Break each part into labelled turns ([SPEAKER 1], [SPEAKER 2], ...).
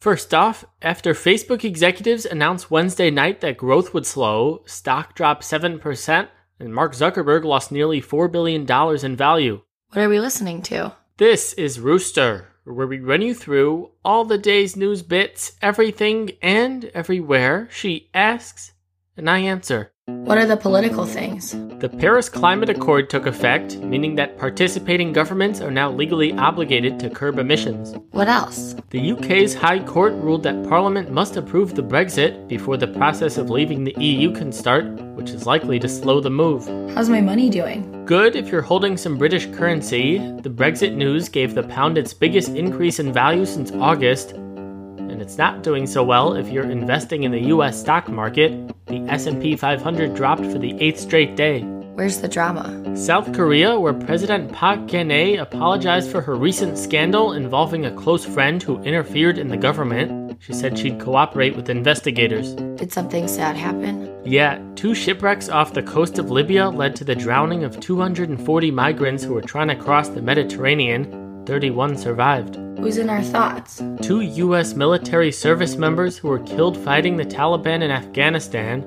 [SPEAKER 1] First off, after Facebook executives announced Wednesday night that growth would slow, stock dropped 7%, and Mark Zuckerberg lost nearly $4 billion in value.
[SPEAKER 2] What are we listening to?
[SPEAKER 1] This is Rooster, where we run you through all the day's news bits, everything and everywhere. She asks, and I answer.
[SPEAKER 2] What are the political things?
[SPEAKER 1] The Paris Climate Accord took effect, meaning that participating governments are now legally obligated to curb emissions.
[SPEAKER 2] What else?
[SPEAKER 1] The UK's High Court ruled that Parliament must approve the Brexit before the process of leaving the EU can start, which is likely to slow the move.
[SPEAKER 2] How's my money doing?
[SPEAKER 1] Good if you're holding some British currency. The Brexit news gave the pound its biggest increase in value since August, and it's not doing so well if you're investing in the US stock market. The S&P 500 dropped for the 8th straight day.
[SPEAKER 2] Where's the drama?
[SPEAKER 1] South Korea, where President Park Geun-hye apologized for her recent scandal involving a close friend who interfered in the government. She said she'd cooperate with investigators.
[SPEAKER 2] Did something sad happen?
[SPEAKER 1] Yeah, two shipwrecks off the coast of Libya led to the drowning of 240 migrants who were trying to cross the Mediterranean. 31 survived.
[SPEAKER 2] Who's in our thoughts?
[SPEAKER 1] Two U.S. military service members who were killed fighting the Taliban in Afghanistan,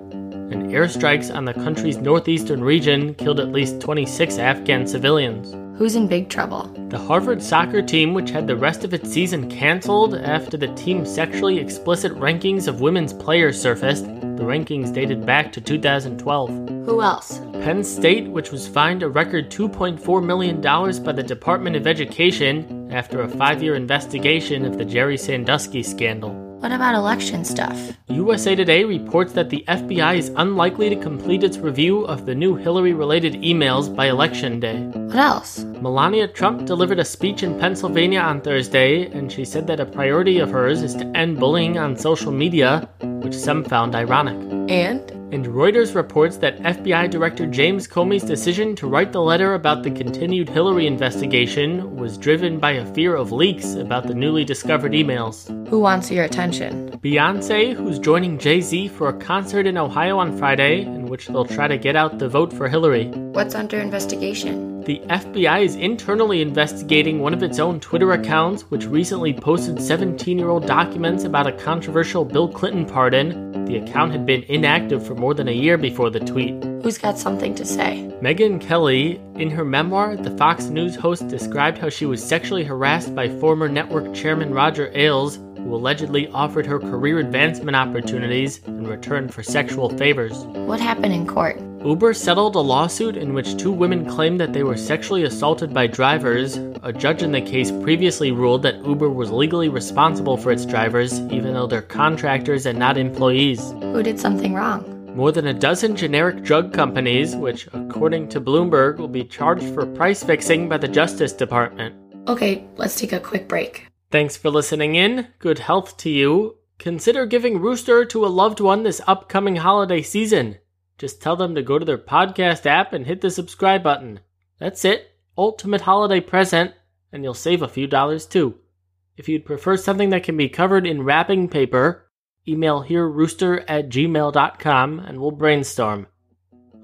[SPEAKER 1] and airstrikes on the country's northeastern region killed at least 26 Afghan civilians.
[SPEAKER 2] Who's in big trouble?
[SPEAKER 1] The Harvard soccer team, which had the rest of its season canceled after the team's sexually explicit rankings of women's players surfaced, the rankings dated back to 2012.
[SPEAKER 2] Who else?
[SPEAKER 1] Penn State, which was fined a record $2.4 million by the Department of Education after a five year investigation of the Jerry Sandusky scandal.
[SPEAKER 2] What about election stuff?
[SPEAKER 1] USA Today reports that the FBI is unlikely to complete its review of the new Hillary related emails by Election Day.
[SPEAKER 2] What else?
[SPEAKER 1] Melania Trump delivered a speech in Pennsylvania on Thursday, and she said that a priority of hers is to end bullying on social media, which some found ironic.
[SPEAKER 2] And?
[SPEAKER 1] And Reuters reports that FBI Director James Comey's decision to write the letter about the continued Hillary investigation was driven by a fear of leaks about the newly discovered emails.
[SPEAKER 2] Who wants your attention?
[SPEAKER 1] Beyonce, who's joining Jay Z for a concert in Ohio on Friday, in which they'll try to get out the vote for Hillary.
[SPEAKER 2] What's under investigation?
[SPEAKER 1] The FBI is internally investigating one of its own Twitter accounts, which recently posted 17 year old documents about a controversial Bill Clinton pardon. The account had been inactive for more than a year before the tweet.
[SPEAKER 2] Who's got something to say?
[SPEAKER 1] Megyn Kelly, in her memoir, the Fox News host described how she was sexually harassed by former network chairman Roger Ailes, who allegedly offered her career advancement opportunities in return for sexual favors.
[SPEAKER 2] What happened in court?
[SPEAKER 1] Uber settled a lawsuit in which two women claimed that they were sexually assaulted by drivers. A judge in the case previously ruled that Uber was legally responsible for its drivers, even though they're contractors and not employees.
[SPEAKER 2] Who did something wrong?
[SPEAKER 1] More than a dozen generic drug companies, which, according to Bloomberg, will be charged for price fixing by the Justice Department.
[SPEAKER 2] Okay, let's take a quick break.
[SPEAKER 1] Thanks for listening in. Good health to you. Consider giving Rooster to a loved one this upcoming holiday season. Just tell them to go to their podcast app and hit the subscribe button. That's it. Ultimate holiday present, and you'll save a few dollars too. If you'd prefer something that can be covered in wrapping paper, email hererooster at gmail.com and we'll brainstorm.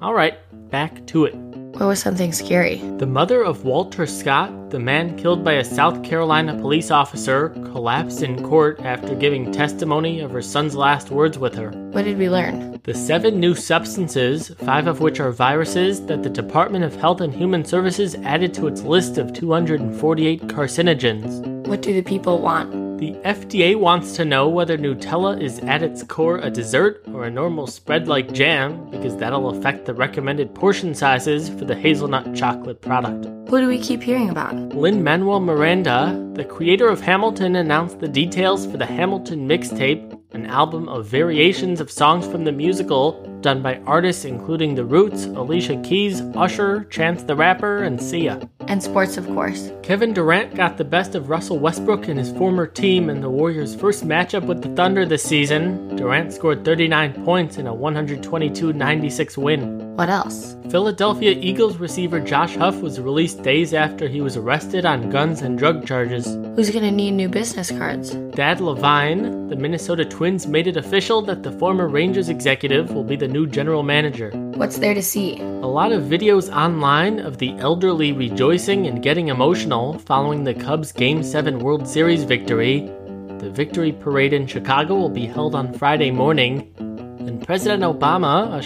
[SPEAKER 1] All right, back to it.
[SPEAKER 2] What was something scary?
[SPEAKER 1] The mother of Walter Scott, the man killed by a South Carolina police officer, collapsed in court after giving testimony of her son's last words with her.
[SPEAKER 2] What did we learn?
[SPEAKER 1] The seven new substances, five of which are viruses, that the Department of Health and Human Services added to its list of 248 carcinogens.
[SPEAKER 2] What do the people want?
[SPEAKER 1] The FDA wants to know whether Nutella is at its core a dessert or a normal spread like jam, because that'll affect the recommended portion sizes for the hazelnut chocolate product.
[SPEAKER 2] Who do we keep hearing about?
[SPEAKER 1] Lin Manuel Miranda, the creator of Hamilton, announced the details for the Hamilton mixtape, an album of variations of songs from the musical done by artists including The Roots, Alicia Keys, Usher, Chance the Rapper, and Sia.
[SPEAKER 2] And sports, of course.
[SPEAKER 1] Kevin Durant got the best of Russell Westbrook and his former team in the Warriors' first matchup with the Thunder this season. Durant scored 39 points in a 122 96 win.
[SPEAKER 2] What else?
[SPEAKER 1] Philadelphia Eagles receiver Josh Huff was released days after he was arrested on guns and drug charges.
[SPEAKER 2] Who's gonna need new business cards?
[SPEAKER 1] Dad Levine, the Minnesota Twins made it official that the former Rangers executive will be the new general manager.
[SPEAKER 2] What's there to see?
[SPEAKER 1] A lot of videos online of the elderly rejoicing and getting emotional following the Cubs' Game 7 World Series victory, The victory parade in Chicago will be held on Friday morning, and President Obama, a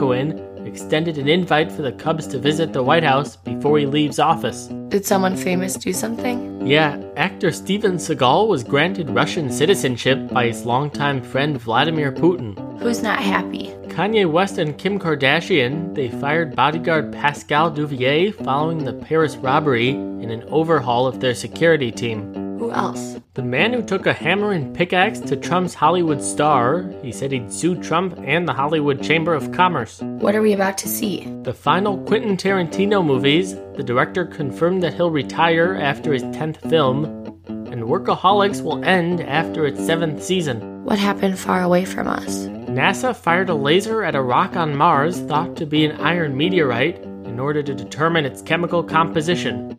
[SPEAKER 1] Chicagoan, extended an invite for the Cubs to visit the White House before he leaves office.
[SPEAKER 2] Did someone famous do something?
[SPEAKER 1] Yeah, actor Steven Seagal was granted Russian citizenship by his longtime friend Vladimir Putin.
[SPEAKER 2] Who's not happy?
[SPEAKER 1] Kanye West and Kim Kardashian, they fired bodyguard Pascal Duvier following the Paris robbery in an overhaul of their security team.
[SPEAKER 2] Who else?
[SPEAKER 1] The man who took a hammer and pickaxe to Trump's Hollywood star, he said he'd sue Trump and the Hollywood Chamber of Commerce.
[SPEAKER 2] What are we about to see?
[SPEAKER 1] The final Quentin Tarantino movies, the director confirmed that he'll retire after his 10th film, and Workaholics will end after its 7th season.
[SPEAKER 2] What happened far away from us?
[SPEAKER 1] NASA fired a laser at a rock on Mars thought to be an iron meteorite in order to determine its chemical composition.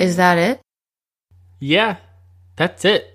[SPEAKER 2] Is that it?
[SPEAKER 1] Yeah, that's it.